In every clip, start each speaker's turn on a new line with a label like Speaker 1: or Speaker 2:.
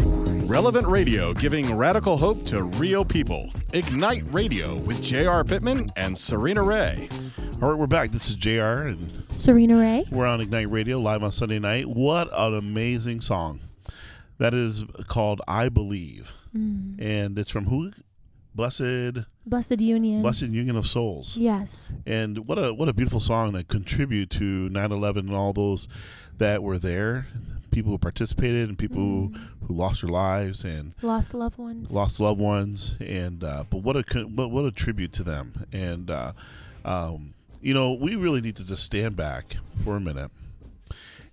Speaker 1: Relevant Radio giving radical hope to real people. Ignite Radio with J.R. Pittman and Serena Ray.
Speaker 2: All right, we're back. This is JR, and
Speaker 3: Serena Ray.
Speaker 2: we're on Ignite Radio live on Sunday night. What an amazing song! That is called I Believe, and it's from who? Blessed,
Speaker 3: Blessed Union.
Speaker 2: Blessed Union of Souls.
Speaker 3: Yes.
Speaker 2: And what a what a beautiful song to contribute to 9/11 and all those that were there, people who participated and people who, who lost their lives and
Speaker 3: Lost loved ones.
Speaker 2: lost loved ones and uh, but what a co- what, what a tribute to them and uh, um, you know we really need to just stand back for a minute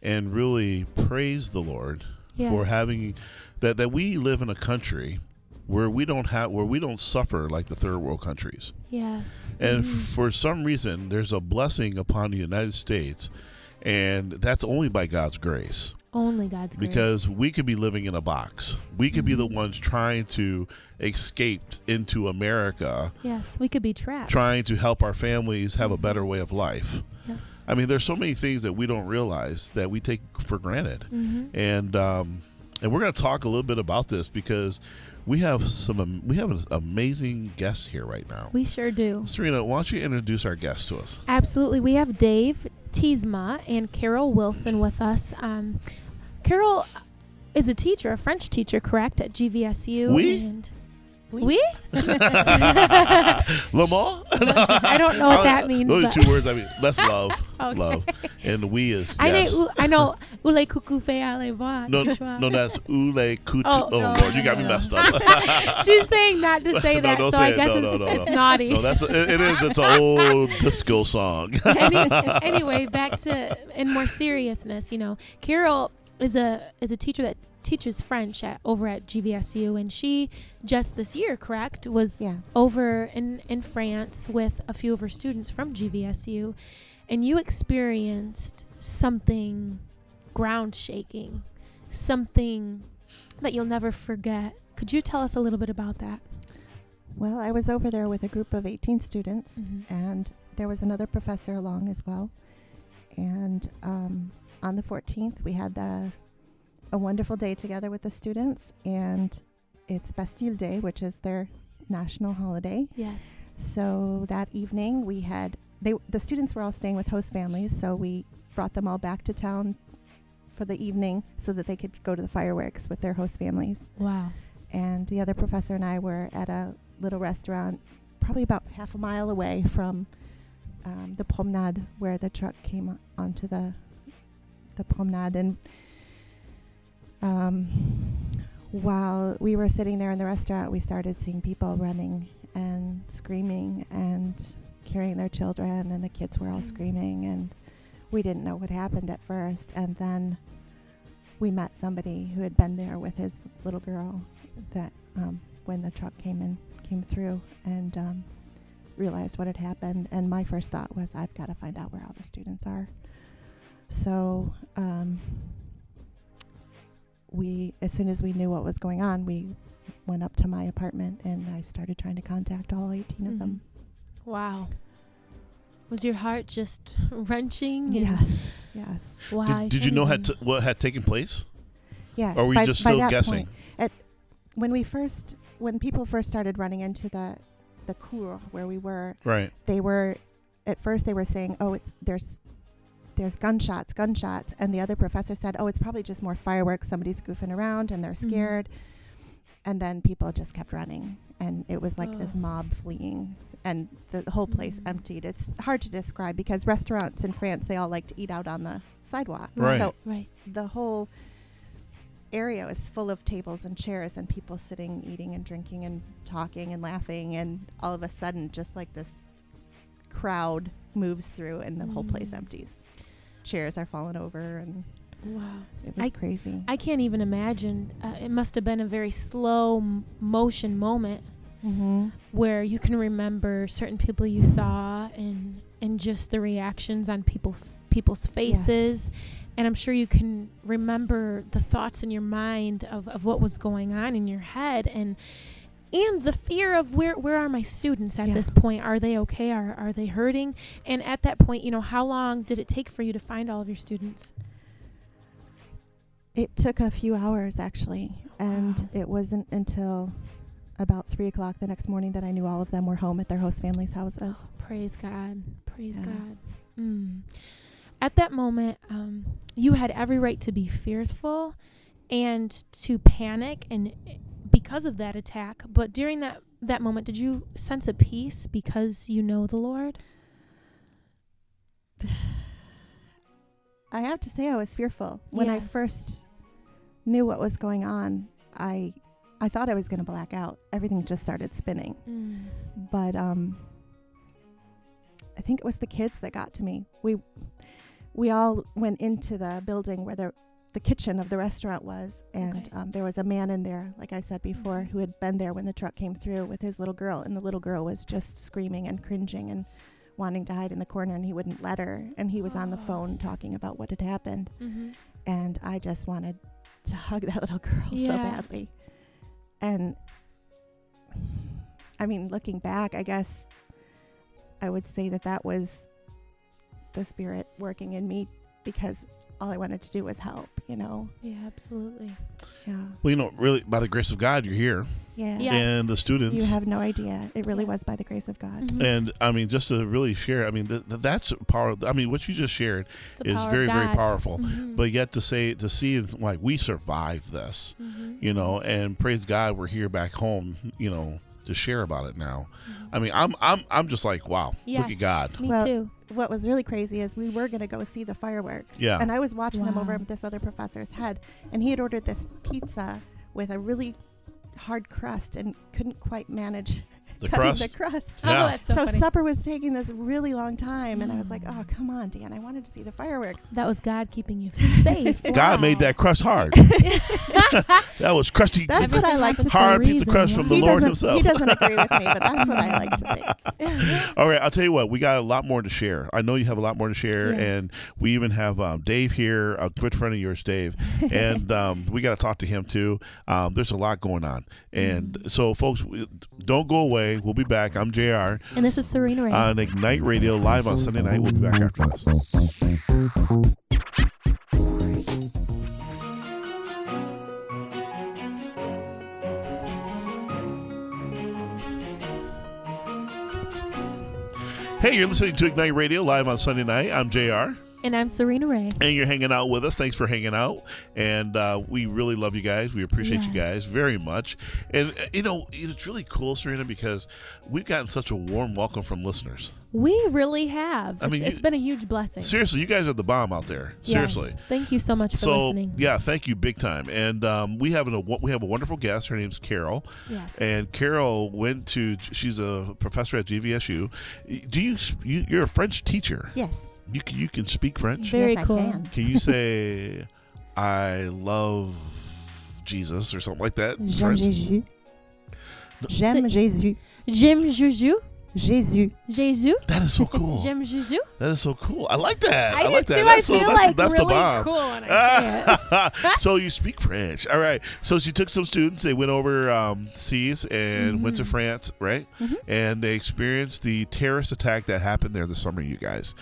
Speaker 2: and really praise the lord for
Speaker 3: Yes.
Speaker 2: having that that we live in a country where we don't have where we don't suffer like the third world countries
Speaker 3: Yes.
Speaker 2: and for some reason there's a blessing upon the united states and that's only by god's grace
Speaker 3: Only God's grace.
Speaker 2: because we could be living in a box. We could be
Speaker 3: Mm-hmm.
Speaker 2: the ones trying to escape into America,
Speaker 3: yes, we could be trapped.
Speaker 2: trying to help our families have
Speaker 3: Mm-hmm.
Speaker 2: a better way of life.
Speaker 3: Yeah.
Speaker 2: I mean, there's so many things that we don't realize that we take for granted,
Speaker 3: Mm-hmm.
Speaker 2: and um, and we're going to talk a little bit about this because we have some am- we have an amazing guest here right now.
Speaker 3: We sure do.
Speaker 2: Serena, why don't you introduce our guest to us?
Speaker 3: Absolutely. We have Dave Teesma and Carol Wilson with us. Um, Carol is a teacher, a French teacher, correct, at GVSU.
Speaker 2: We?
Speaker 3: And we?
Speaker 2: Lamar.
Speaker 3: I don't know what that means.
Speaker 2: Those are
Speaker 3: but
Speaker 2: two words. I mean, let's love,
Speaker 3: Okay.
Speaker 2: love, and we is.
Speaker 3: I,
Speaker 2: yes.
Speaker 3: know, I know. Ule kukufe ale voix.
Speaker 2: No,
Speaker 3: Joshua.
Speaker 2: no, that's Ule Kutu. Oh,
Speaker 3: Oh, no,
Speaker 2: Lord, you got me
Speaker 3: no.
Speaker 2: messed up.
Speaker 3: She's saying not to say
Speaker 2: No,
Speaker 3: that,
Speaker 2: don't
Speaker 3: so
Speaker 2: say
Speaker 3: I
Speaker 2: it.
Speaker 3: guess
Speaker 2: No,
Speaker 3: it's,
Speaker 2: no, no,
Speaker 3: it's
Speaker 2: no.
Speaker 3: naughty.
Speaker 2: no, that's it, it is. It's an old disco song.
Speaker 3: Any, anyway, back to in more seriousness, you know, Carol is a is a teacher that teaches French at over at GVSU, and she just this year, correct, was
Speaker 4: Yeah.
Speaker 3: over in in France with a few of her students from GVSU, and you experienced something ground shaking, something that you'll never forget. Could you tell us a little bit about that?
Speaker 4: Well, I was over there with a group of 18 students, and there was another professor along as well. And um, on the 14th, we had a, a wonderful day together with the students, and it's Bastille Day, which is their national holiday.
Speaker 3: Yes.
Speaker 4: So that evening, we had they the students were all staying with host families, so we brought them all back to town for the evening so that they could go to the fireworks with their host families
Speaker 3: Wow.
Speaker 4: and the other professor and I were at a little restaurant, probably about half a mile away from um, the promenade where the truck came o- onto the the promenade. And um, while we were sitting there in the restaurant, we started seeing people running and screaming and carrying their children, and the kids were all
Speaker 3: Mm.
Speaker 4: screaming, and we didn't know what happened at first, and then. We met somebody who had been there with his little girl, that um, when the truck came in came through and um, realized what had happened and my first thought was i've got to find out where all the students are so um, we as soon as we knew what was going on we went up to my apartment and i started trying to contact all 18 of them
Speaker 3: Wow. Was your heart just wrenching? and
Speaker 4: yes yes
Speaker 3: Wow.
Speaker 2: did, did you
Speaker 3: can't
Speaker 2: know
Speaker 3: even-
Speaker 2: had t- what had taken place?
Speaker 4: yes
Speaker 2: Or are we
Speaker 4: by-
Speaker 2: just
Speaker 4: by
Speaker 2: still
Speaker 4: that
Speaker 2: guessing?
Speaker 4: point- at, when we first when people first started running into the the cour where we were
Speaker 2: Right.
Speaker 4: they were at first they were saying oh it's there's there's gunshots gunshots and the other professor said oh it's probably just more fireworks somebody's goofing around and they're
Speaker 3: Mhm.
Speaker 4: scared and then people just kept running and it was like this
Speaker 3: Ugh.
Speaker 4: mob fleeing and the whole place
Speaker 3: Mm.
Speaker 4: emptied it's hard to describe because restaurants in france they all like to eat out on the sidewalk
Speaker 2: Right.
Speaker 4: so
Speaker 3: right.
Speaker 4: the whole area was full of tables and chairs and people sitting eating and drinking and talking and laughing and all of a sudden just like this crowd moves through and the whole place
Speaker 3: Mm.
Speaker 4: empties chairs are falling over and
Speaker 3: Wow.
Speaker 4: it was
Speaker 3: I-
Speaker 4: crazy
Speaker 3: I can't even imagine. Uh, it must have been a very slow m- motion moment
Speaker 4: mm-hmm.
Speaker 3: where you can remember certain people you saw and and just the reactions on people f- people's faces. And I'm sure you can remember the thoughts in your mind of, of what was going on in your head and and the fear of where where are my students at
Speaker 4: Yeah.
Speaker 3: this point are they okay are are they hurting and at that point you know how long did it take for you to find all of your students
Speaker 4: It took a few hours actually, and
Speaker 3: Wow.
Speaker 4: it wasn't until about three o'clock the next morning that I knew all of them were home at their host families' houses.
Speaker 3: praise god praise
Speaker 4: Yeah.
Speaker 3: god mm. at that moment um, you had every right to be fearful and to panic and because of that attack but during that that moment did you sense a peace because you know the lord
Speaker 4: I have to say, I was fearful when I
Speaker 3: Yes.
Speaker 4: first knew what was going on. I I thought I was going to black out. Everything just started spinning,
Speaker 3: mm.
Speaker 4: but um, I think it was the kids that got to me. We we all went into the building where the the kitchen of the restaurant was, and
Speaker 3: Okay.
Speaker 4: um, there was a man in there, like I said before,
Speaker 3: Okay.
Speaker 4: who had been there when the truck came through with his little girl, and the little girl was just screaming and cringing and wanting to hide in the corner, and he wouldn't let her, and he was on the
Speaker 3: Aw.
Speaker 4: phone talking about what had happened,
Speaker 3: mm-hmm.
Speaker 4: and I just wanted to hug that little girl so
Speaker 3: Yeah.
Speaker 4: badly, and I mean, looking back, I guess I would say that that was the spirit working in me because all I wanted to do was help, you know.
Speaker 3: yeah absolutely
Speaker 4: Yeah.
Speaker 2: Well, you know, really, by the grace of God, you're here,
Speaker 4: Yeah.
Speaker 3: Yeah. Yes.
Speaker 2: and the students.
Speaker 4: You have no idea. It really was
Speaker 3: Yes.
Speaker 4: by the grace of God.
Speaker 3: Mhm.
Speaker 2: and I mean, just to really share, I mean, th- th- that's power. I mean, what you just shared
Speaker 3: It's the
Speaker 2: is
Speaker 3: power of
Speaker 2: very, very
Speaker 3: God.
Speaker 4: Mm-hmm.
Speaker 2: powerful.
Speaker 3: Mhm.
Speaker 2: But yet to say, to see, it's like we survived this,
Speaker 3: Mhm.
Speaker 2: you know, and praise God, we're here back home, you know, to share about it now.
Speaker 3: Mhm.
Speaker 2: I mean, I'm, I'm, I'm just like, wow, look
Speaker 3: Yes.
Speaker 2: at God.
Speaker 3: Me
Speaker 4: Well,
Speaker 3: too.
Speaker 4: What was really crazy is we were going to go see the fireworks.
Speaker 2: Yeah.
Speaker 4: And I was watching them over
Speaker 3: Wow.
Speaker 4: at this other professor's head, and he had ordered this pizza with a really hard crust and couldn't quite manage
Speaker 2: The
Speaker 4: cutting
Speaker 2: crust.
Speaker 4: the crust.
Speaker 2: Yeah.
Speaker 3: Oh, that's so,
Speaker 4: So,
Speaker 3: funny.
Speaker 4: supper was taking this really long time, and I was like,
Speaker 3: Mm.
Speaker 4: "Oh, come on, Dan! I wanted to see the fireworks."
Speaker 3: that was God keeping you safe.
Speaker 2: God
Speaker 3: Wow.
Speaker 2: made that crust hard. that was crusty,
Speaker 4: That's what I like to
Speaker 3: Everything happens
Speaker 4: think.
Speaker 3: for a
Speaker 2: hard pizza
Speaker 3: reason.
Speaker 2: crust from the
Speaker 4: he
Speaker 3: Wow.
Speaker 2: Lord
Speaker 4: doesn't,
Speaker 2: himself.
Speaker 4: He doesn't agree with me, but that's what I like to think.
Speaker 2: All right, I'll tell you what, we got a lot more to share. I know you have a lot more to share,
Speaker 3: Yes.
Speaker 2: and we even have um, Dave here, a good friend of yours, Dave, and um, we got to talk to him too. Um, there's a lot going on. And
Speaker 4: Mm-hmm.
Speaker 2: so, folks, we- don't go away. We'll be back. I'm JR
Speaker 3: and this is Serena Ray.
Speaker 2: on Ignite Radio live on Sunday night. We'll be back after this. Hey, you're listening to Ignite Radio live on Sunday night. I'm JR,
Speaker 3: and I'm Serena Ray.
Speaker 2: and you're hanging out with us. Thanks for hanging out, and uh, we really love you guys. We appreciate you guys very much. And uh, you know, it's really cool, Serena, because we've gotten such a warm welcome from listeners.
Speaker 3: We really have.
Speaker 2: I
Speaker 3: It's-
Speaker 2: mean, you-
Speaker 3: it's been a huge blessing.
Speaker 2: Seriously, you guys are the bomb out there.
Speaker 3: Yes.
Speaker 2: Seriously.
Speaker 3: Thank you so much for
Speaker 2: So
Speaker 3: listening.
Speaker 2: yeah, thank you big time. And um, we have an, a we have a wonderful guest. Her name's Carol,
Speaker 3: Yes.
Speaker 2: and Carol went to she's a professor at GVSU. Do you, sp- you you're a French teacher?
Speaker 4: Yes,
Speaker 2: You can you can speak French.
Speaker 3: Very
Speaker 4: yes,
Speaker 3: cool.
Speaker 4: I can.
Speaker 2: Can you say I love Jesus or something like that? in
Speaker 4: J'aime
Speaker 2: French?
Speaker 4: Jésus. J'aime
Speaker 3: C'est-
Speaker 4: Jésus.
Speaker 3: Jim Juju.
Speaker 4: Jésus.
Speaker 3: Jesu.
Speaker 2: That is so cool.
Speaker 3: Jim Juju.
Speaker 2: that is so cool. I like that.
Speaker 3: I,
Speaker 2: I, like
Speaker 3: do
Speaker 2: that.
Speaker 3: too.
Speaker 2: That's
Speaker 3: I
Speaker 2: so
Speaker 3: feel
Speaker 2: that's,
Speaker 3: like
Speaker 2: that's
Speaker 3: really
Speaker 2: the bomb.
Speaker 3: cool when I say it.
Speaker 2: Ah, so you speak French. All right. So she took some students. They went over um, seas and went to
Speaker 3: Mhm.
Speaker 2: France, right?
Speaker 4: Mhm.
Speaker 2: And they experienced the terrorist attack that hastpened there this summer, you guys.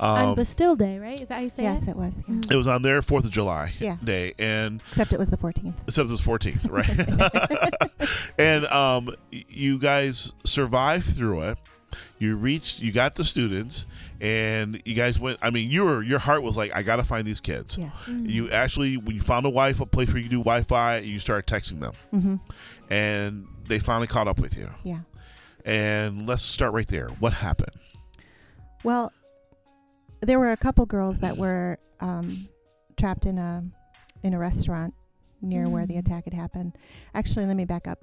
Speaker 2: Um,
Speaker 3: on Bastille Day, right? Is that how you say
Speaker 4: Yes,
Speaker 3: it?
Speaker 4: it was. yeah.
Speaker 3: Mm.
Speaker 2: it was on their 4th of July
Speaker 4: Yeah.
Speaker 2: day. And
Speaker 4: Except it was the 14th.
Speaker 2: except it's 14th, right? and um, y- you guys survived through it. You reached, you got the students, and you guys went. I mean, you were, your heart was like, I got to find these kids.
Speaker 4: Yes.
Speaker 3: Mm.
Speaker 2: You actually, when you found a wife, a place where you do Wi-Fi, you start texting them,
Speaker 4: hmm
Speaker 2: and they finally caught up with you.
Speaker 4: Yeah.
Speaker 2: And let's start right there. What happened?
Speaker 4: Well, there were a couple girls that were um, trapped in a in a restaurant near where the
Speaker 3: Mm.
Speaker 4: attack had happened. Actually, let me back up.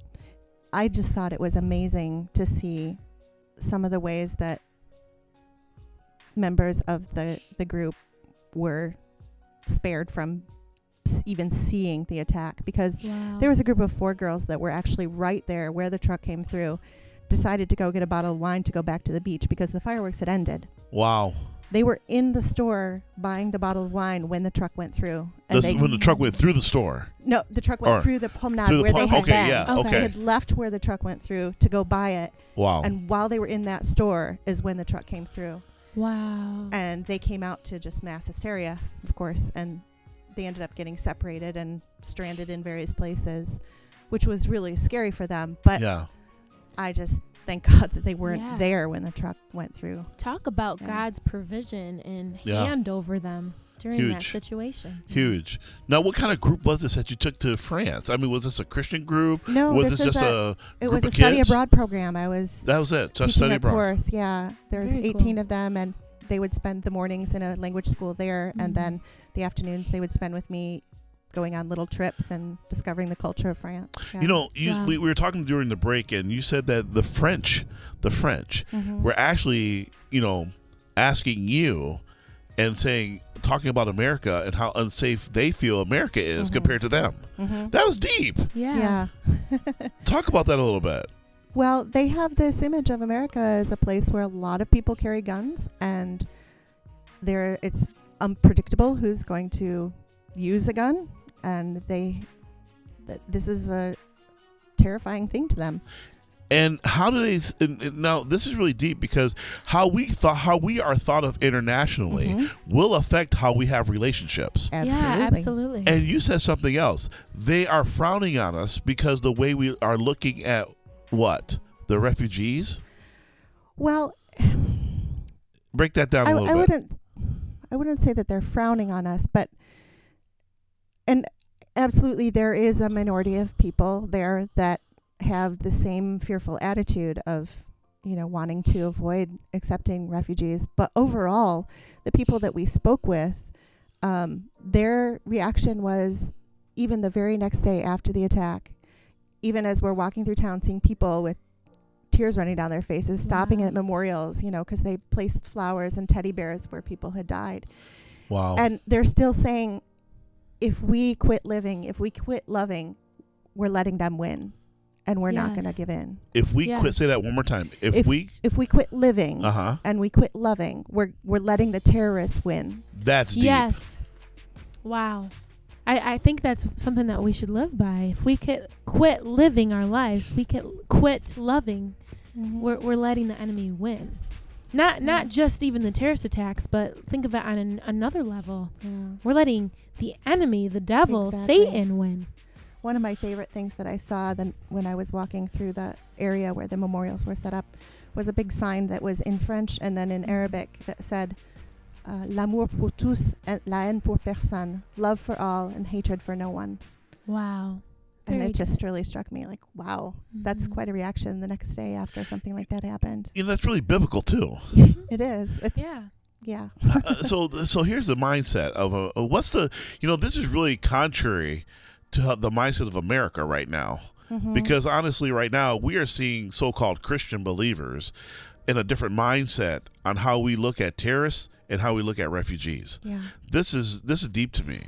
Speaker 4: I just thought it was amazing to see some of the ways that members of the the group were spared from s- even seeing the attack because
Speaker 3: Mm. Wow.
Speaker 4: there was a group of four girls that were actually right there where the truck came through decided to go get a bottle of wine to go back to the beach because the fireworks had ended
Speaker 2: Wow.
Speaker 4: They were in the store buying the bottle of wine when the truck went through.
Speaker 2: This
Speaker 4: they,
Speaker 2: is when the truck went through the store.
Speaker 4: no, the truck went
Speaker 2: or
Speaker 4: through the promenade
Speaker 2: through the
Speaker 4: where
Speaker 2: pl-
Speaker 4: they had
Speaker 2: okay,
Speaker 4: been.
Speaker 2: yeah,
Speaker 3: Okay.
Speaker 2: okay. Oh.
Speaker 4: They had left where the truck went through to go buy it,
Speaker 2: Wow.
Speaker 4: and while they were in that store is when the truck came through,
Speaker 3: Wow.
Speaker 4: and they came out to just mass hysteria, of course, and they ended up getting separated and stranded in various places, which was really scary for them. But
Speaker 2: yeah.
Speaker 4: I just thank God that they weren't
Speaker 3: Yeah.
Speaker 4: there when the truck went through.
Speaker 3: Talk about
Speaker 4: Yeah.
Speaker 3: God's provision and
Speaker 2: Yeah.
Speaker 3: hand over them during that
Speaker 2: Huge.
Speaker 3: situation.
Speaker 2: Huge. Now, what kind of group was this that you took to France? I mean, was this a Christian group?
Speaker 4: No,
Speaker 2: was
Speaker 4: this
Speaker 2: this
Speaker 4: is
Speaker 2: just
Speaker 4: a-
Speaker 2: a,
Speaker 4: It
Speaker 2: group
Speaker 4: was a
Speaker 2: of
Speaker 4: study
Speaker 2: kids?
Speaker 4: abroad program. I was
Speaker 2: That was it. So
Speaker 4: teaching
Speaker 2: study
Speaker 4: a
Speaker 2: abroad.
Speaker 4: course. Yeah, there's
Speaker 3: Very
Speaker 4: 18
Speaker 3: cool.
Speaker 4: of them, and they would spend the mornings in a language school there,
Speaker 3: Mhm.
Speaker 4: and then the afternoons they would spend with me, going on little trips and discovering the culture of France. Yeah.
Speaker 2: You know, you,
Speaker 3: Wow.
Speaker 2: we, we were talking during the break, and you said that the French, the French,
Speaker 4: Mhm.
Speaker 2: were actually, you know, asking you and saying, talking about America and how unsafe they feel America is
Speaker 4: Mhm.
Speaker 2: compared to them.
Speaker 4: Mhm.
Speaker 2: That was deep.
Speaker 3: Yeah.
Speaker 4: Yeah.
Speaker 2: Talk about that a little bit.
Speaker 4: Well, they have this image of America as a place where a lot of people carry guns, and there it's unpredictable who's going to use a gun, and they th- this is a terrifying thing to them.
Speaker 2: And how do they? s- And, and now this is really deep because how we thought, how we are thought of internationally,
Speaker 4: Mhm.
Speaker 2: will affect how we have relationships.
Speaker 4: Absolutely.
Speaker 3: Yeah, absolutely.
Speaker 2: And you said something else. They are frowning on us because the way we are looking at what the refugees.
Speaker 4: Well,
Speaker 2: Break that down a
Speaker 4: I,
Speaker 2: little
Speaker 4: I
Speaker 2: bit.
Speaker 4: wouldn't I wouldn't say that they're frowning on us, but and absolutely there is a minority of people there that have the same fearful attitude of you know wanting to avoid accepting refugees, but overall the people that we spoke with um, their reaction was even the very next day after the attack, even as we're walking through town, seeing people with tears running down their faces, stopping
Speaker 3: Wow.
Speaker 4: at memorials, you know, because they placed flowers and teddy bears where people had died.
Speaker 2: wow.
Speaker 4: And they're still saying, if we quit living, if we quit loving, we're letting them win and we're not going to
Speaker 3: Yes.
Speaker 4: give in.
Speaker 2: if we quit,
Speaker 3: Yes.
Speaker 2: say that one more time. If,
Speaker 4: If-
Speaker 2: we,
Speaker 4: If we quit living,
Speaker 2: uh huh,
Speaker 4: and we quit loving. We're we're letting the terrorists win.
Speaker 2: that's deep.
Speaker 3: Yes. Wow. I, I think that's something that we should live by. If we could quit living our lives, if we could quit loving, Mm-hmm. we're, we're letting the enemy win. Not not just even the terrorist attacks, but think of it on an, another level.
Speaker 4: Yeah.
Speaker 3: We're letting the enemy, the devil,
Speaker 4: Exactly.
Speaker 3: Satan win.
Speaker 4: One of my favorite things that I saw then when I was walking through the area where the memorials were set up was a big sign that was in French and then in Arabic that said uh, "L'amour pour tous, et la haine pour personne," love for all and hatred for no one.
Speaker 3: Wow.
Speaker 4: And
Speaker 3: Very
Speaker 4: it just really struck me, like, wow, that's
Speaker 3: Mhm.
Speaker 4: quite a reaction the next day after something like that happened.
Speaker 2: You know that's really biblical too.
Speaker 4: It is. It's
Speaker 3: Yeah.
Speaker 4: yeah.
Speaker 2: Uh, so so here's the mindset of a, uh, what's the you know this is really contrary to how- the mindset of America right now
Speaker 4: Mhm.
Speaker 2: because honestly right now we are seeing so-called Christian believers in a different mindset on how we look at terrorists and how we look at refugees.
Speaker 4: yeah.
Speaker 2: This is this is deep to me.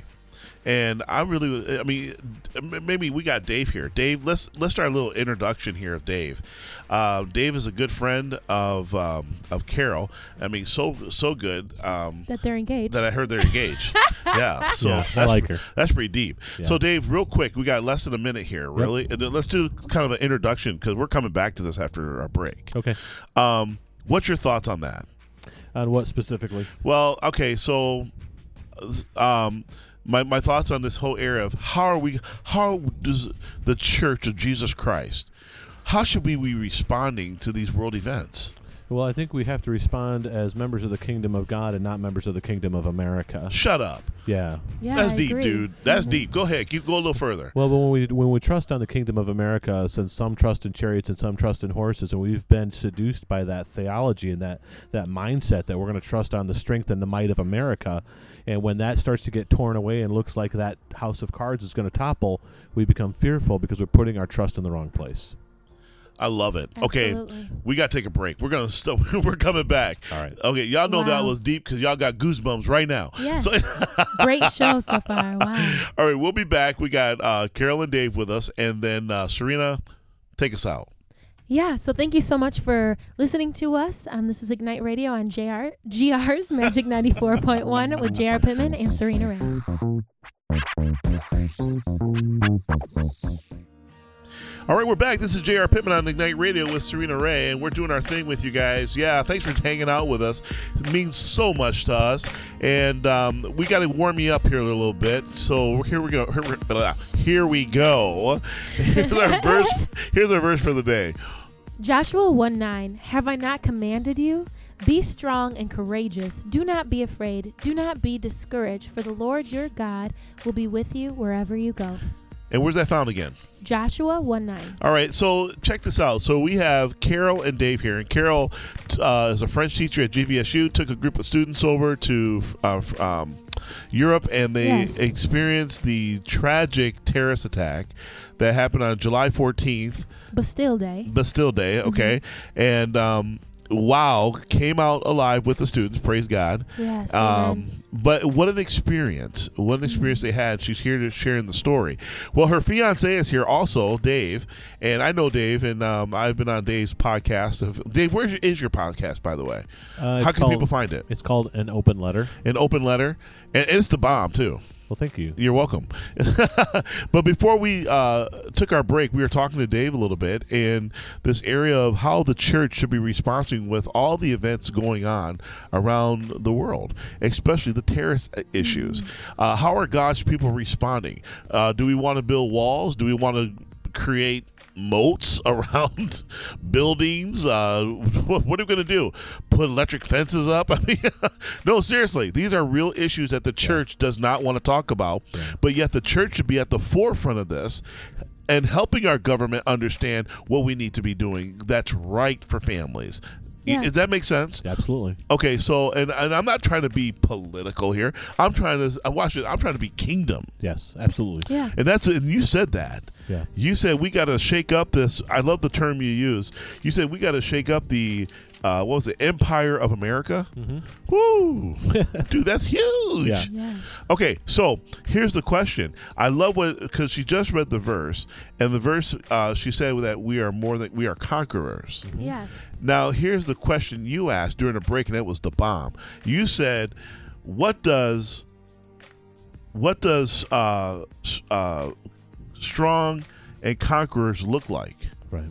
Speaker 2: And I really, I mean, m- maybe we got Dave here. Dave, let's let's start a little introduction here of Dave. Uh, Dave is a good friend of um, of Carol. I mean, so so good. Um,
Speaker 3: That they're engaged.
Speaker 2: that I heard they're engaged. yeah, so
Speaker 5: Yeah, I
Speaker 2: that's,
Speaker 5: like
Speaker 2: pre-
Speaker 5: her.
Speaker 2: That's pretty deep.
Speaker 5: Yeah.
Speaker 2: So, Dave, real quick, we got less than a minute here, really. And then let's do kind of an introduction because we're coming back to this after our break.
Speaker 5: Okay.
Speaker 2: Um, what's your thoughts on that?
Speaker 5: On what specifically?
Speaker 2: Well, okay, so um, my my thoughts on this whole area of how are we? How does the Church of Jesus Christ? How should we be responding to these world events?
Speaker 5: Well, I think we have to respond as members of the kingdom of God and not members of the kingdom of America.
Speaker 2: Shut up.
Speaker 5: Yeah.
Speaker 3: yeah,
Speaker 2: That's
Speaker 3: I
Speaker 2: deep,
Speaker 3: agree. Mm-hmm.
Speaker 2: dude. That's deep. Go ahead. Keep go a little further.
Speaker 5: Well, but when we when we trust on the kingdom of America, since some trust in chariots and some trust in horses, and we've been seduced by that theology and that that mindset that we're going to trust on the strength and the might of America, and when that starts to get torn away and looks like that house of cards is going to topple, we become fearful because we're putting our trust in the wrong place.
Speaker 2: I love it. Okay.
Speaker 3: Mm-hmm. Absolutely.
Speaker 2: We got to take a break. We're going to stop. We're coming back.
Speaker 5: All right.
Speaker 2: Okay. Y'all know that
Speaker 3: Wow.
Speaker 2: was deep because y'all got goosebumps right now.
Speaker 3: Yes.
Speaker 2: So,
Speaker 3: Great show so far. Wow.
Speaker 2: all right. We'll be back. We got uh, Carol and Dave with us. And then uh, Serena, take us out.
Speaker 3: Yeah, so thank you so much for listening to us. Um, this is Ignite Radio on JR, GR's Magic 94.1 with JR Pittman and Serena Ray.
Speaker 2: All right, we're back. This is JR Pittman on Ignite Radio with Serena Ray, and we're doing our thing with you guys. Yeah, thanks for hanging out with us. It means so much to us, and um, we got to warm you up here a little bit. So here we go. Here we- uh, Here we go. Here's our verse. Here's our verse for the day.
Speaker 3: Joshua 1 9, have I not commanded you? Be strong and courageous. Do not be afraid. Do not be discouraged, for the Lord your God will be with you wherever you go.
Speaker 2: And where's that found again?
Speaker 3: Joshua 1 9.
Speaker 2: All right, so check this out. So we have Carol and Dave here, and Carol uh, is a French teacher at GVSU. Took a group of students over to uh, f- um, Europe, and they
Speaker 3: Yes.
Speaker 2: experienced the tragic terrorist attack that happened on July 14th,
Speaker 3: Bastille Day.
Speaker 2: Bastille Day.
Speaker 3: Mm-hmm.
Speaker 2: Okay, and um, wow, came out alive with the students. Praise God.
Speaker 3: Yes.
Speaker 2: Um,
Speaker 3: amen. Mm-hmm.
Speaker 2: but what an experience! What an experience they had. She's here to sharing the story. Well, her fiance is here also, Dave, and I know Dave, and um, I've been on Dave's podcast. Of Dave, where is your podcast, by the way?
Speaker 5: Uh,
Speaker 2: How
Speaker 5: it's
Speaker 2: can
Speaker 5: called-
Speaker 2: people find it?
Speaker 5: It's called an open letter.
Speaker 2: An open letter, and and it's the bomb too.
Speaker 5: Well, thank you.
Speaker 2: You're welcome. but before we uh, took our break, we were talking to Dave a little bit in this area of how the church should be responding with all the events going on around the world, especially the terrorist issues. Uh, how are God's people responding? Uh, do we want to build walls? Do we want to create moats around buildings. Uh, what, what are we going to do? Put electric fences up? I mean, no, seriously, these are real issues that the church does not want to talk about, but yet the church should be at the forefront of this. And helping our government understand what we need to be doing that's right for families. Y-
Speaker 3: Yes.
Speaker 2: Does that make sense?
Speaker 5: Absolutely.
Speaker 2: Okay, so and, and I'm not trying to be political here. I'm trying to I watch it. I'm trying to be kingdom.
Speaker 5: Yes. Absolutely.
Speaker 3: yeah.
Speaker 2: And that's and you said that.
Speaker 5: Yeah.
Speaker 2: You said we got to shake up this. I love the term you use. You said we got to shake up the. Uh, what was it? Empire of America. Woo, dude, that's huge.
Speaker 5: Mm-hmm. Yeah.
Speaker 3: Yes.
Speaker 2: Okay, so here's the question. I love what because she just read the verse, and the verse uh, she said that we are more than we are conquerors.
Speaker 5: Mm-hmm.
Speaker 3: Yes.
Speaker 2: Now, here's the question you asked during the break, and that was the bomb. You said, "What does, what does uh, s- uh, strong and conquerors look like?"
Speaker 5: Right.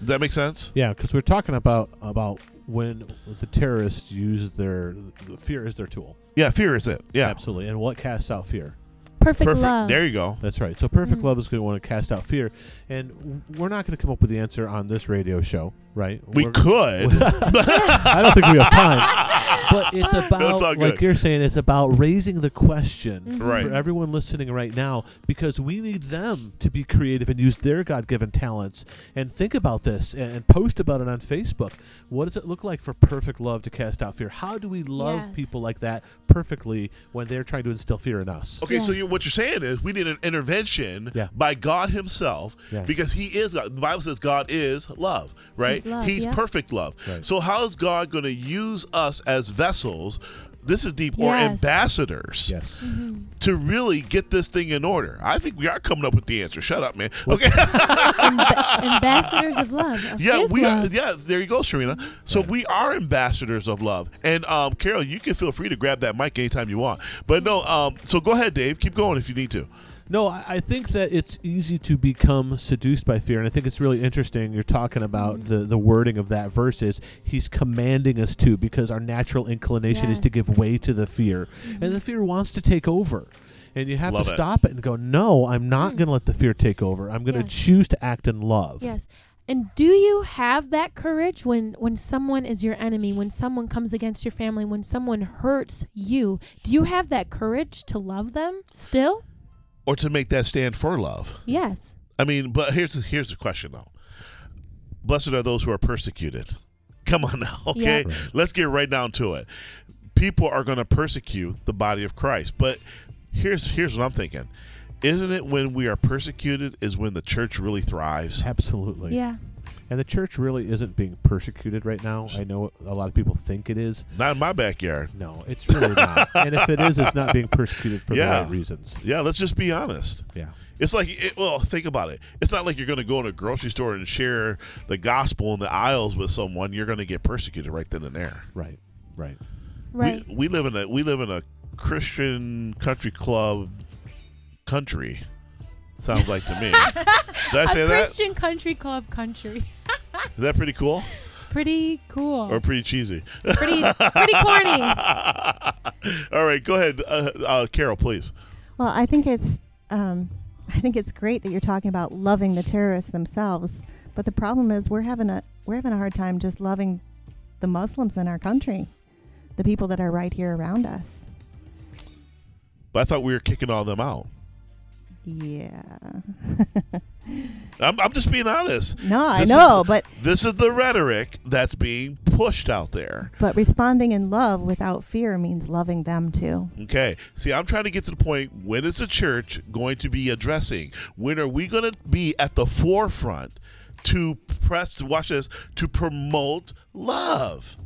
Speaker 2: Does that make sense?
Speaker 5: Yeah, because we're talking about about when the terrorists use their fear is their tool.
Speaker 2: Yeah, fear is it. Yeah,
Speaker 5: Absolutely. And what casts out fear?
Speaker 3: Perfect,
Speaker 2: perfect.
Speaker 3: love.
Speaker 2: There you go.
Speaker 5: That's right. So perfect love is going to want to cast out fear, and w- we're not going to come up with the answer on this radio show, right?
Speaker 2: We
Speaker 5: We're-
Speaker 2: could.
Speaker 5: I don't think we have time. But it's about,
Speaker 2: all
Speaker 5: like
Speaker 2: good. Mm-hmm.
Speaker 5: you're saying, it's about raising the question
Speaker 2: Right.
Speaker 5: for everyone listening right now because we need them to be creative and use their God given talents and think about this and, and post about it on Facebook. What does it look like for perfect love to cast out fear? How do we love
Speaker 3: Yes.
Speaker 5: people like that perfectly when they're trying to instill fear in us?
Speaker 2: Okay, so
Speaker 3: Yes.
Speaker 2: you, what you're saying is we need an intervention
Speaker 5: Yeah.
Speaker 2: by God Himself
Speaker 5: Yes.
Speaker 2: because He is God. The Bible says God is love, right?
Speaker 3: He's love, yeah.
Speaker 2: perfect love.
Speaker 5: Right.
Speaker 2: So how is God going to use us as vessels? This is deep, or
Speaker 3: Yes.
Speaker 2: ambassadors
Speaker 5: Yes.
Speaker 2: to really get this thing in order. I think we are coming up with the answer. Shut up, man. Okay,
Speaker 3: Amba- ambassadors of love. Of
Speaker 2: yeah,
Speaker 3: his
Speaker 2: we are.
Speaker 3: love.
Speaker 2: Yeah, there you go, Serena. So we are ambassadors of love. And um, Carol, you can feel free to grab that mic anytime you want. But no, um, so go ahead, Dave. Keep going if you need to.
Speaker 5: No, I, I think that it's easy to become seduced by fear, and I think it's really interesting. You're talking about
Speaker 3: Mm-hmm.
Speaker 5: the, the wording of that verse is he's commanding us to because our natural inclination is to
Speaker 3: Yes. Mm-hmm.
Speaker 5: give way to the fear, and the fear wants to take over. And you have
Speaker 2: Love
Speaker 5: to
Speaker 2: it.
Speaker 5: stop it and go, no, I'm not going to let the fear take over. I'm going to
Speaker 3: Mm. Yes.
Speaker 5: choose to act in love.
Speaker 3: Yes. And do you have that courage when when someone is your enemy, when someone comes against your family, when someone hurts you? Do you have that courage to love them still?
Speaker 2: Or to make that stand for love.
Speaker 3: Yes.
Speaker 2: I mean, but here's the, here's the question though. Blessed are those who are persecuted. Come on now, okay?
Speaker 3: Yeah.
Speaker 2: Let's get right down to it. People are going to persecute the body of Christ, but here's here's what I'm thinking. Isn't it when we are persecuted is when the church really thrives?
Speaker 5: Absolutely.
Speaker 3: Yeah.
Speaker 5: And the church really isn't being persecuted right now. I know a lot of people think it is.
Speaker 2: Not in my backyard.
Speaker 5: No, it's really not. And if it is, it's not being persecuted for
Speaker 2: Yeah.
Speaker 5: the right reasons.
Speaker 2: Yeah, let's just be honest.
Speaker 5: Yeah.
Speaker 2: It's like, it, well, think about it. It's not like you're going to go in a grocery store and share the gospel in the aisles with someone. You're going to get persecuted right then and there.
Speaker 5: Right. Right.
Speaker 3: Right.
Speaker 2: We, we live in a we live in a Christian country club country. Sounds like to me. Did I say
Speaker 3: a
Speaker 2: that? Is
Speaker 3: Christian country club country.
Speaker 2: that pretty cool
Speaker 3: Pretty cool.
Speaker 2: or pretty cheesy?
Speaker 3: pretty pretty corny.
Speaker 2: All right, go ahead, uh, uh, Carol, please.
Speaker 4: Well, I think it's um, I think it's great that you're talking about loving the terrorists themselves, but the problem is we're having a we're having a hard time just loving the Muslims in our country, the people that are right here around us.
Speaker 2: But I thought we were kicking all them out.
Speaker 4: Yeah.
Speaker 2: I'm, I'm just being honest.
Speaker 4: no, I
Speaker 2: This is-
Speaker 4: know, but
Speaker 2: This is the rhetoric that's being pushed out there.
Speaker 4: but responding in love without fear means loving them too.
Speaker 2: Okay. See, I'm trying to get to the point when is the church going to be addressing? When are we going to be at the forefront to press, watch this, to promote love?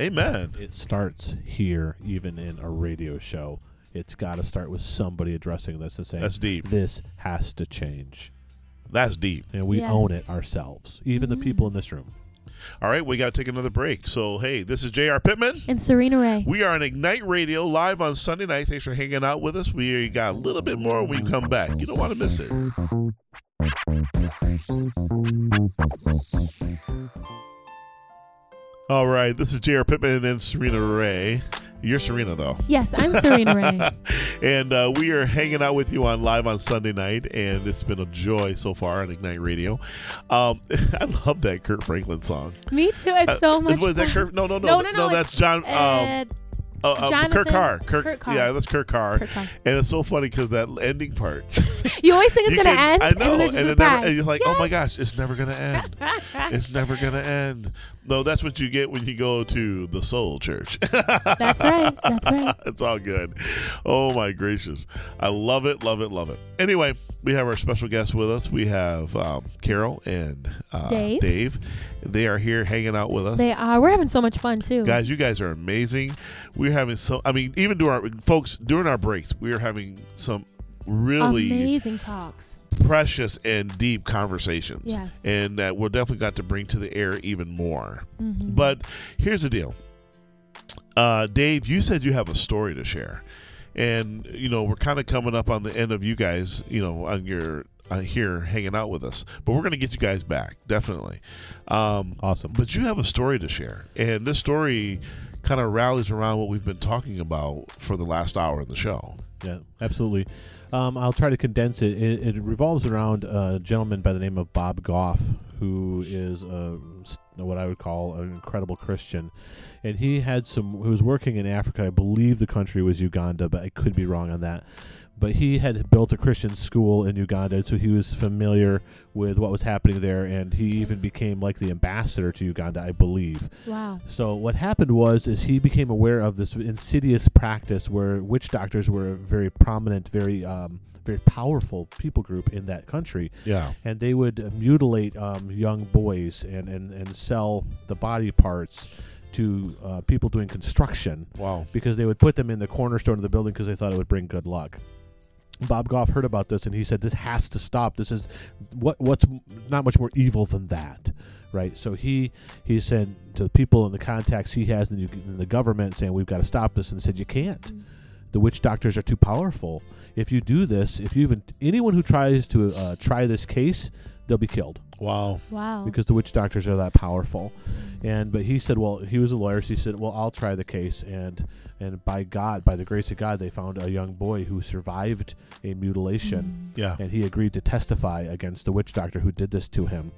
Speaker 2: Amen.
Speaker 5: It starts here, even in a radio show. It's got to start with somebody addressing this and saying,
Speaker 2: That's deep.
Speaker 5: This has to change.
Speaker 2: That's deep.
Speaker 5: And we
Speaker 3: Yes.
Speaker 5: own it ourselves, even the people in this room.
Speaker 2: All right. We got to take another break. So, hey, this is J.R. Pittman.
Speaker 3: And Serena Ray.
Speaker 2: We are on Ignite Radio live on Sunday night. Thanks for hanging out with us. We got a little bit more when we come back. You don't want to miss it. All right, this is J.R. Pittman and Serena Ray. You're Serena, though.
Speaker 3: Yes, I'm Serena Ray.
Speaker 2: And uh, we are hanging out with you on live on Sunday night, and it's been a joy so far on Ignite Radio. Um, I love that Kurt Franklin song. Uh,
Speaker 3: Me too. It's so much.
Speaker 2: Was that
Speaker 3: fun.
Speaker 2: Kurt? No, no, no,
Speaker 3: No, no, no,
Speaker 2: that's
Speaker 3: it's
Speaker 2: John. Um,
Speaker 3: Ed-
Speaker 2: uh, uh, Kirk
Speaker 3: Jonathan-
Speaker 2: Carr. Kirk,
Speaker 3: Kurt Carr.
Speaker 2: Yeah, that's Kirk Carr.
Speaker 3: Kirk Carr.
Speaker 2: And it's so funny because that ending part.
Speaker 3: you always think it's
Speaker 2: you
Speaker 3: gonna
Speaker 2: can-
Speaker 3: end,
Speaker 2: I know.
Speaker 3: and then there's a
Speaker 2: it
Speaker 3: surprise.
Speaker 2: never, and you're like, oh my gosh, it's never going to end. it's never going to end. No, that's what you get when you go to the Soul Church.
Speaker 3: That's right. That's right.
Speaker 2: it's all good. Oh my gracious. I love it, love it, love it. Anyway, we have our special guests with us. We have um, Carol and uh,
Speaker 3: Dave.
Speaker 2: They are here hanging out with us.
Speaker 3: They are. We're having so much fun too.
Speaker 2: Guys, you guys are amazing. We're having so I mean, even during our folks during our breaks, we are having some really
Speaker 3: Amazing talks.
Speaker 2: precious and deep conversations.
Speaker 3: Yes.
Speaker 2: And that we're definitely got to bring to the air even more.
Speaker 3: Mm-hmm.
Speaker 2: But here's the deal. Uh, Dave, you said you have a story to share. And, you know, we're kind of coming up on the end of you guys, you know, on your on here hanging out with us. But we're going to get you guys back, definitely. Um,
Speaker 5: Awesome.
Speaker 2: but you have a story to share. And this story kind of rallies around what we've been talking about for the last hour of the show.
Speaker 5: Yeah, absolutely. Um, I'll try to condense it. It, it revolves around a gentleman by the name of Bob Goff, who is a, what I would call an incredible Christian, and he had some. He was working in Africa. I believe the country was Uganda, but I could be wrong on that. But he had built a Christian school in Uganda, so he was familiar with what was happening there, and he even became like the ambassador to Uganda, I believe.
Speaker 3: Wow.
Speaker 5: So what happened was is he became aware of this insidious practice where witch doctors were a very prominent, very um, very powerful people group in that country,
Speaker 2: Yeah.
Speaker 5: and they would mutilate um, young boys and, and, and sell the body parts to uh, people doing construction
Speaker 2: Wow.
Speaker 5: because they would put them in the cornerstone of the building because they thought it would bring good luck. Bob Goff heard about this and he said, "This has to stop. This is what what's m- not much more evil than that." Right, so he he said to the people and the contacts he has in the, in the government, saying we've got to stop this, and said you can't. The witch doctors are too powerful. If you do this, if you even anyone who tries to uh, try this case, they'll be killed
Speaker 2: Wow.
Speaker 3: Wow.
Speaker 5: because the witch doctors are that powerful. And but he said, well, he was a lawyer. So he said, well, I'll try the case. And and by God, by the grace of God, they found a young boy who survived a
Speaker 3: Mm-hmm.
Speaker 5: mutilation,
Speaker 2: Yeah.
Speaker 5: and he agreed to testify against the witch doctor who did this to him.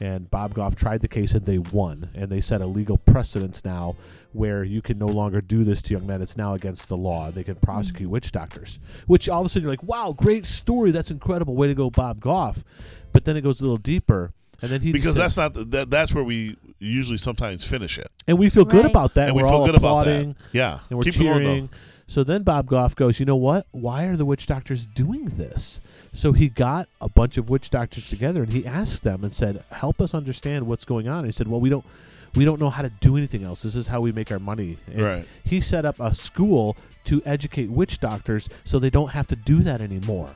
Speaker 5: And Bob Goff tried the case and they won. And they set a legal precedence now where you can no longer do this to young men. It's now against the law. They can prosecute witch doctors. Which all of a sudden you're like, wow, great story. That's incredible. Way to go, Bob Goff. But then it goes a little deeper. And then he
Speaker 2: because
Speaker 5: said-
Speaker 2: that's not the, that, that's where we usually sometimes finish it
Speaker 5: and we feel good
Speaker 3: Right.
Speaker 5: about that.
Speaker 2: and
Speaker 5: we're
Speaker 2: we feel
Speaker 5: all
Speaker 2: good about
Speaker 5: applauding
Speaker 2: that yeah
Speaker 5: and we're
Speaker 2: keep it going
Speaker 5: cheering.
Speaker 2: though
Speaker 5: So then Bob Goff goes, you know what? Why are the witch doctors doing this? So he got a bunch of witch doctors together and he asked them and said, help us understand what's going on. And he said, well, we don't. We don't know how to do anything else. This is how we make our money. And
Speaker 2: Right.
Speaker 5: He set up a school to educate witch doctors so they don't have to do that anymore.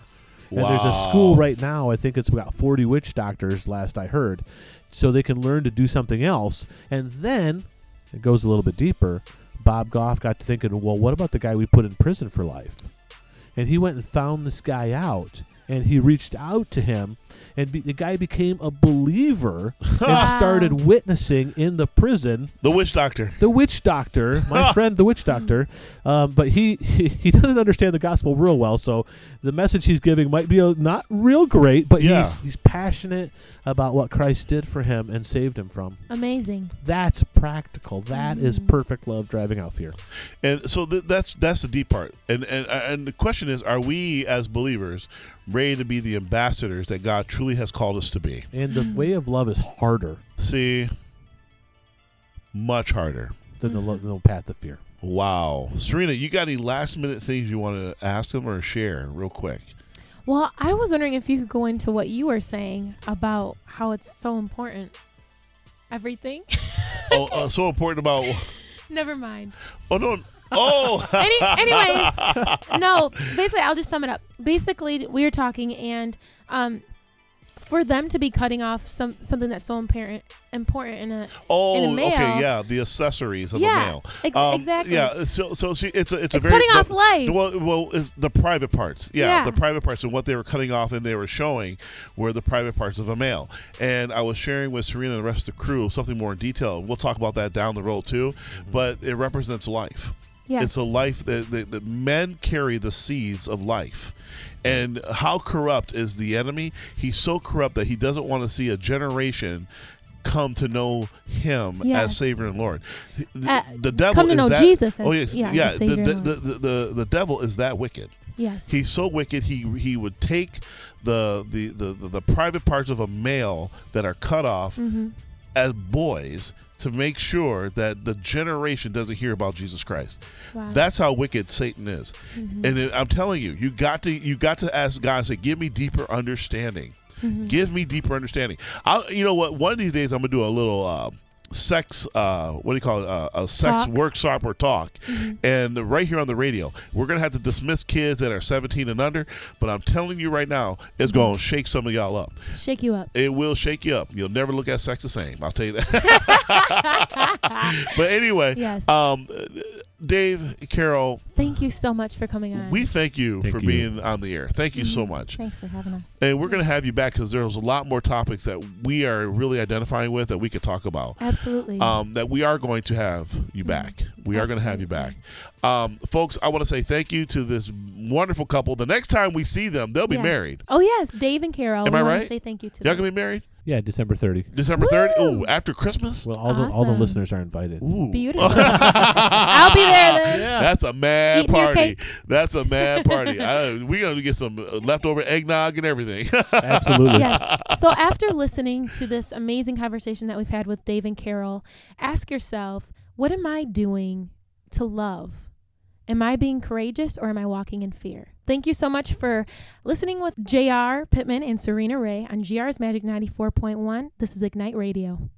Speaker 5: And there's a school
Speaker 2: Wow.
Speaker 5: right now. I think it's about 40 witch doctors, last I heard, so they can learn to do something else. And then it goes a little bit deeper. Bob Goff got to thinking, well, what about the guy we put in prison for life? And he went and found this guy out, and he reached out to him, and be- the guy became a believer and
Speaker 3: Wow.
Speaker 5: started witnessing in the prison
Speaker 2: The witch doctor.
Speaker 5: the witch doctor, my friend, the witch doctor, um, but he, he he doesn't understand the gospel real well. So the message he's giving might be uh, not real great, but
Speaker 2: Yeah.
Speaker 5: he's he's passionate about what Christ did for him and saved him from.
Speaker 3: Amazing.
Speaker 5: That's practical. That is
Speaker 3: Mhm.
Speaker 5: perfect love driving out fear.
Speaker 2: And so th- that's that's the deep part. And, and and the question is, are we as believers ready to be the ambassadors that God truly has called us to be?
Speaker 5: And the way of love is harder
Speaker 2: See, much harder.
Speaker 5: than the, lo- than the path of fear.
Speaker 2: Wow, Serena, you got any last minute things you want to ask them or share real quick?
Speaker 3: Well, I was wondering if you could go into what you were saying about how it's so important. Everything?
Speaker 2: oh, uh, so important about.
Speaker 3: Never mind.
Speaker 2: Oh no. Oh.
Speaker 3: Any, anyways, no, basically, I'll just sum it up. Basically, we were talking, and um, for them to be cutting off some something that's so important, important in a
Speaker 2: Oh,
Speaker 3: In a
Speaker 2: okay,
Speaker 3: male.
Speaker 2: yeah, the accessories of
Speaker 3: yeah,
Speaker 2: the male.
Speaker 3: ex-
Speaker 2: Um,
Speaker 3: exactly.
Speaker 2: Yeah, so so she, it's a it's, a
Speaker 3: It's
Speaker 2: very
Speaker 3: cutting off
Speaker 2: the-
Speaker 3: life.
Speaker 2: Well, well, it's the private parts. Yeah,
Speaker 3: Yeah.
Speaker 2: the private parts and what they were cutting off and they were showing were the private parts of a male. And I was sharing with Serena and the rest of the crew something more in detail. We'll talk about that down the road too, but it represents life.
Speaker 3: Yes.
Speaker 2: It's a life that, that, that men carry the seeds of life. And how corrupt is the enemy? He's so corrupt that he doesn't want to see a generation come to know him as
Speaker 3: Yes.
Speaker 2: Savior and Lord. The,
Speaker 3: Uh,
Speaker 2: the devil
Speaker 3: come to
Speaker 2: is
Speaker 3: know
Speaker 2: that-
Speaker 3: Jesus as-
Speaker 2: oh yes,
Speaker 3: yeah,
Speaker 2: yeah. the,
Speaker 3: as Savior and
Speaker 2: the,
Speaker 3: Lord.
Speaker 2: the, the, the, the devil is that wicked.
Speaker 3: yes.
Speaker 2: He's so wicked. He he would take the the, the, the, the private parts of a male that are cut
Speaker 3: Mm-hmm.
Speaker 2: off as boys to make sure that the generation doesn't hear about Jesus Christ.
Speaker 3: Wow. Mm-hmm.
Speaker 2: That's how wicked Satan is. And it, I'm telling you, you got to you got to ask God and say, "Give me deeper understanding.
Speaker 3: Mm-hmm.
Speaker 2: Give me deeper understanding." I, you know what? One of these days, I'm gonna do a little. Uh, sex uh what do you call it uh, a sex
Speaker 3: Talk. Mm-hmm.
Speaker 2: workshop or talk and right here on the radio we're gonna have to dismiss kids that are 17 and under but i'm telling you right now it's
Speaker 3: Mm-hmm.
Speaker 2: gonna shake some of y'all up
Speaker 3: Shake you up.
Speaker 2: it will shake you up. You'll never look at sex the same. I'll tell you that. but anyway,
Speaker 3: Yes.
Speaker 2: um, Dave, Carol,
Speaker 3: Thank you so much for coming on.
Speaker 2: we thank you
Speaker 5: Thank
Speaker 2: for
Speaker 5: you.
Speaker 2: being on the air. Thank you
Speaker 3: Mm-hmm.
Speaker 2: so much.
Speaker 4: Thanks for having us.
Speaker 2: And we're going to have you back because there's a lot more topics that we are really identifying with that we could talk about.
Speaker 3: Absolutely.
Speaker 2: Um, that we are going to have
Speaker 3: Mm-hmm.
Speaker 2: you back. We are going to have you back. Um, folks, I want to say thank you to this wonderful couple. The next time we see them, they'll be
Speaker 3: Yes.
Speaker 2: married.
Speaker 3: Oh yes, Dave and Carol.
Speaker 2: Am
Speaker 3: we
Speaker 2: I
Speaker 3: want
Speaker 2: right?
Speaker 3: to say thank you to
Speaker 2: Y'all
Speaker 3: them.
Speaker 2: going to be married
Speaker 5: Yeah, December 30.
Speaker 2: December 30th?
Speaker 3: Woo!
Speaker 2: Oh, after Christmas?
Speaker 5: Well, all the all the
Speaker 3: Awesome.
Speaker 5: listeners are invited.
Speaker 2: Ooh.
Speaker 3: Beautiful. I'll be there then.
Speaker 2: That's a mad
Speaker 3: Eating your
Speaker 2: party.
Speaker 3: cake.
Speaker 2: That's a mad party. I, we gonna get some uh, leftover eggnog and everything.
Speaker 5: Absolutely.
Speaker 3: yes. So after listening to this amazing conversation that we've had with Dave and Carol, ask yourself, what am I doing to love? Am I being courageous or am I walking in fear? Thank you so much for listening with JR Pittman and Serena Ray on GR's Magic 94.1. This is Ignite Radio.